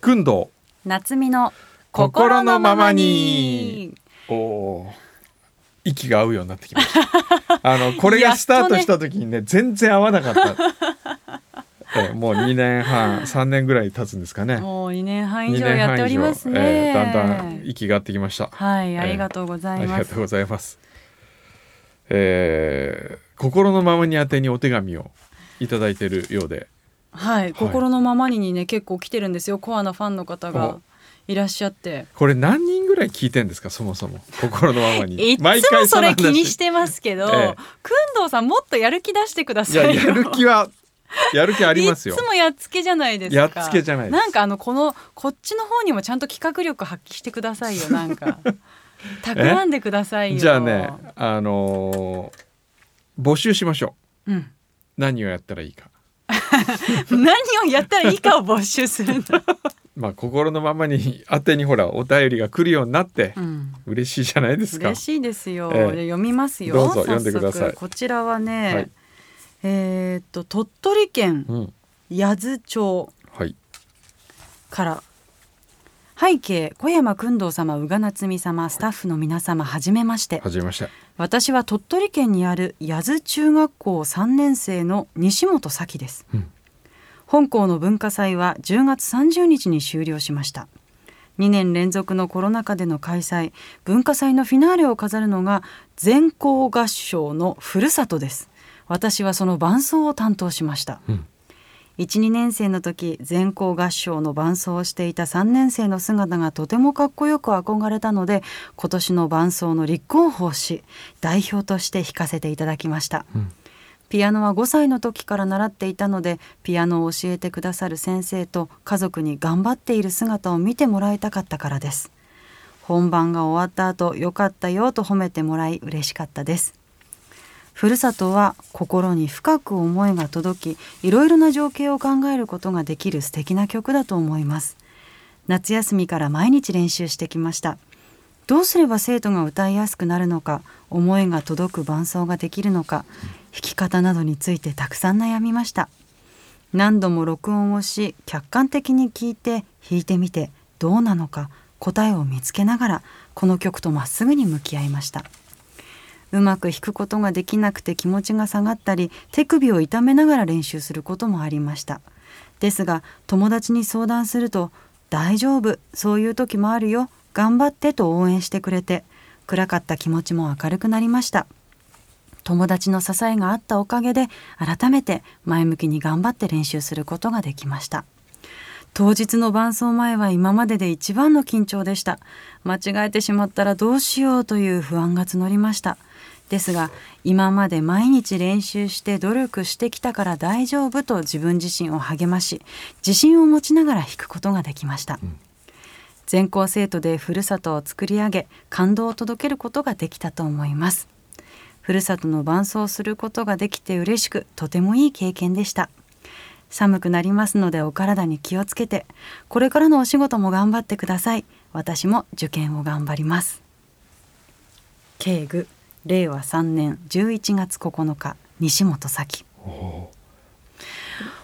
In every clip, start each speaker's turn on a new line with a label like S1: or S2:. S1: くんど
S2: 夏美の
S1: 心のままにおお息が合うようになってきました あのこれがスタートした時にね全然合わなかった ええもう2年半3年ぐらい経つんですかね
S2: もう2年半
S1: 2
S2: 以上
S1: 年
S2: や
S1: 半
S2: っておりますね、
S1: ええだんだん息が合ってきました
S2: はいありがとうござ
S1: あ
S2: い
S1: り
S2: ま
S1: が
S2: す、
S1: とうございます。えー心のままに宛てにお手紙をいただいてるようで、
S2: はい、心のままににね結構来てるんですよコアなファンの方がいらっしゃって
S1: これ何人ぐらい聞いてんですかそもそ も心のままに。
S2: いつもそれ
S1: の話
S2: 気にしてますけど、
S1: ええ
S2: くんどうさんもっとやる気出してくだ
S1: い
S2: さ
S1: や
S2: いよ
S1: やる気はやる気ありますよ
S2: いつ。もやっつけじゃないですか
S1: やっつけじゃないです
S2: んかあのこのこっちの方にもちゃんと企画力発揮してくださいよなん か企んでくださいよ
S1: じゃあねあのー募集しましょ
S2: うん、
S1: う。何をやったらいいか。
S2: 何をやったらいいかを募集するんだ、
S1: まあ心のままに 宛てにほらお便りが来るようになって
S2: うん
S1: 嬉しいじゃないですか。
S2: 嬉しいですよ、
S1: ええ
S2: じゃあ読みますよ
S1: どうぞ
S2: 早
S1: 読
S2: 速
S1: んでください
S2: こちらはね、
S1: はい
S2: えーっと鳥取県
S1: うん
S2: 八頭町
S1: はい。
S2: から背景小山君堂様宇賀夏美様スタッフの皆様はじめまして
S1: 始めました。
S2: 私は鳥取県にある八頭中学校3年生の西本咲です、
S1: うん
S2: 本校の文化祭は10月30日に終了しました2年連続のコロナ禍での開催文化祭のフィナーレを飾るのが全校合唱のふるさとです私はその伴奏を担当しました、
S1: うん
S2: 12年生の時全校合唱の伴奏をしていた3年生の姿がとてもかっこよく憧れたので今年の伴奏の立候補をし代表として弾かせていただきました、
S1: うん
S2: ピアノは5歳の時から習っていたのでピアノを教えてくださる先生と家族に頑張っている姿を見てもらいたかったからです本番が終わった後良かったよと褒めてもらい嬉しかったですふるさとは心に深く思いが届きいろいろな情景を考えることができる素敵な曲だと思います夏休みから毎日練習してきましたどうすれば生徒が歌いやすくなるのか思いが届く伴奏ができるのか弾き方などについてたくさん悩みました何度も録音をし客観的に聞いて弾いてみてどうなのか答えを見つけながらこの曲とまっすぐに向き合いましたうまく弾くことができなくて気持ちが下がったり手首を痛めながら練習することもありましたですが友達に相談すると「大丈夫そういう時もあるよ頑張って」と応援してくれて暗かった気持ちも明るくなりました友達の支えがあったおかげで改めて前向きに頑張って練習することができました当日の伴奏前は今までで一番の緊張でした間違えてしまったらどうしようという不安が募りましたですが今まで毎日練習して努力してきたから大丈夫と自分自身を励まし自信を持ちながら弾くことができました、全校生徒でふるさとを作り上げ感動を届けることができたと思いますふるさとの伴奏をすることができて嬉しくとてもいい経験でした寒くなりますのでお体に気をつけてこれからのお仕事も頑張ってください私も受験を頑張ります慶具令和3年11月9日西本咲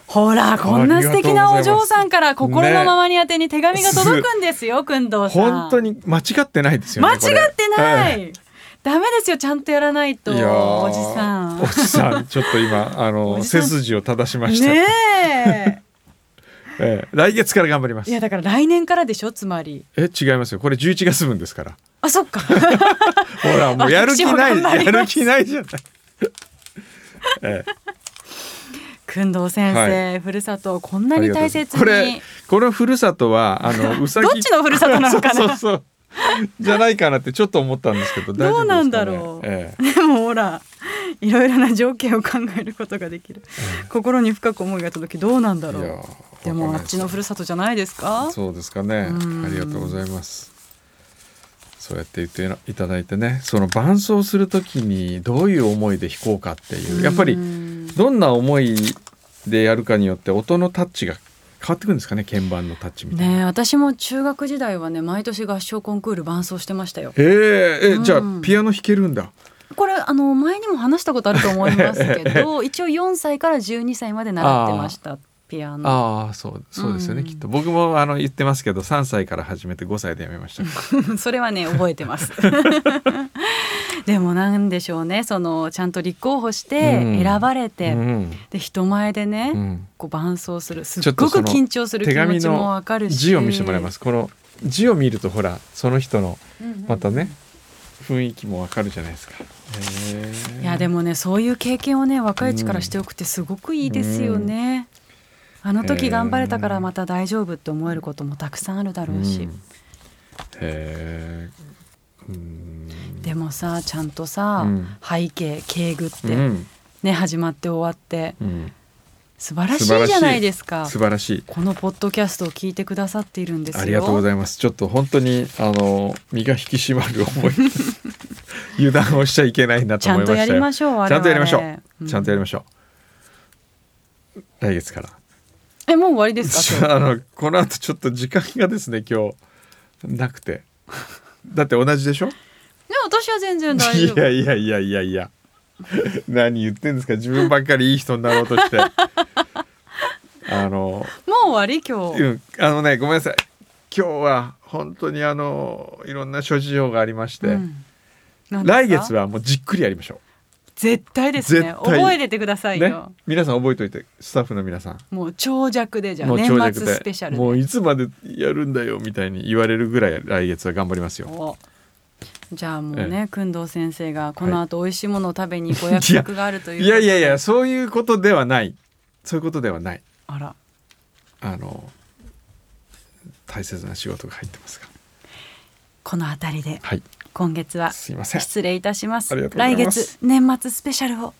S2: ほらこんな素敵なお嬢さんから心のままに宛てに手紙が届くんですよ、くんどうさん
S1: 本当に間違ってないですよね。
S2: 間違
S1: これ
S2: ってな
S1: ええ
S2: い、ダメですよちゃんとやらないと
S1: いやー
S2: おじさん
S1: おじ さんちょっと今あ
S2: お
S1: の
S2: じさん
S1: 背筋を正しました、
S2: ねえ
S1: ええ来月から頑張りま
S2: い
S1: す
S2: やだから来年からでしょつまり
S1: え違いますよこれ11月分ですから
S2: あそっ か
S1: ほらもうやる気な
S2: 私も頑張
S1: い
S2: り
S1: や
S2: ます
S1: る気ないじゃない、ええ
S2: くんどう先生、
S1: は
S2: ふるさとをこんな
S1: あり
S2: に
S1: がとうご
S2: 大
S1: ざいま
S2: 切
S1: すこ
S2: に
S1: れこのふるさとはあ のうさぎ
S2: どっちのふるさとなの かな
S1: そうそうそうじゃないかなってちょっと思ったんですけど大丈夫ですか、ね、
S2: どうなんだろう
S1: ええ
S2: でもほらいろいろな情景を考えることができる、心に深く思いが届きどうなんだろ
S1: いや
S2: う
S1: ー
S2: で
S1: わ
S2: も
S1: か
S2: あ
S1: んない
S2: っ
S1: す
S2: ちのふるさとじゃないですか
S1: そうですかね。
S2: うん
S1: ありがとうございます。そうやって言っていただいてね、その伴奏するときにどういう思いで弾こうかっていう、やっぱり
S2: うん
S1: どんな思いでやるかによって音のタッチが変わってくるんですかね、鍵盤のタッチみたいな。
S2: ねえ私も中学時代はね毎年合唱コンクール伴奏してましたよ
S1: へええ、
S2: うん
S1: じゃあピアノ弾けるんだ。
S2: これあ の前にも話したことあると思いますけど一応4歳から12歳まで習ってましたっピアノ
S1: ああそうそうですよね、
S2: うん
S1: きっと僕もあの言ってますけど3歳から始めて5歳でやめました
S2: それはね覚え てますでもなんでしょうねそのちゃんと立候補して
S1: うん
S2: 選ばれて、
S1: うん
S2: で人前でね、
S1: うん
S2: こう伴奏するす
S1: ちょ
S2: っ
S1: っと
S2: ごく
S1: その
S2: 緊張する気持ちもわかるし、
S1: 字を見せてもらいますすこの字を見るとほらその人の
S2: うんうん
S1: またね雰囲気もわかるじゃないですかへえ
S2: いやでもねそういう経験をね若いうちからしておくってすごくいいですよね、あの時頑張れたからまた大丈夫って思えることもたくさんあるだろうし、
S1: うんへえうん
S2: でもさちゃんとさ、
S1: うん
S2: 背景敬具っ
S1: う
S2: て、
S1: ん
S2: ね始まって終わって
S1: うん
S2: 素晴らしいじゃないですか
S1: 素晴らしい
S2: このポッドキャストを聞いてくださっているんですよ
S1: ありがとうございます。ちょっと本当にあの身が引き締まる思い です油断をしちゃいけないな
S2: ち
S1: と
S2: ゃ
S1: 思い
S2: ん
S1: ま
S2: と
S1: した
S2: や
S1: よ。
S2: りましょう我々
S1: ちゃんとやりましょう。ちゃんとやり
S2: ま
S1: ましょう。来月から。
S2: えもう終わりですか今日
S1: あのこの後ちょっと時間がですね今日なくて。だって同じでしょ。
S2: でも私は全然大
S1: い
S2: 丈夫
S1: やいやいやいやいや。何言ってんですか自分ばっかりいい人になろうと して。あの
S2: もう終わり今日、
S1: うん、あのねごめんなさい今日は本当にあのいろんな諸事情がありまして、
S2: うんなんですか
S1: 来月はもうじっくりやりましょ
S2: 絶対ですね
S1: 絶対
S2: 覚えててくだ
S1: う、
S2: さい
S1: ね
S2: よ、
S1: 皆さん覚えておいてスタッフの皆さん
S2: もう長尺でじゃあ
S1: もう
S2: 年
S1: 長
S2: 末スペシャルで
S1: もういつまでやるんだよみたいに言われるぐらい来月は頑張りますよ
S2: おじゃあもう
S1: え
S2: ね、工藤先生がこの後美味しいものを食べにご約束があるという。
S1: いやいやいや、そういうことではないそういうことではない
S2: あら、
S1: あの大切な仕事が入ってますが
S2: このあたりで
S1: はい
S2: 今月は
S1: すいません
S2: 失礼いたします。
S1: ありがとうござ
S2: 来
S1: います
S2: 月年末スペシャルを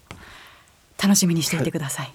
S2: 楽しみにしていてください。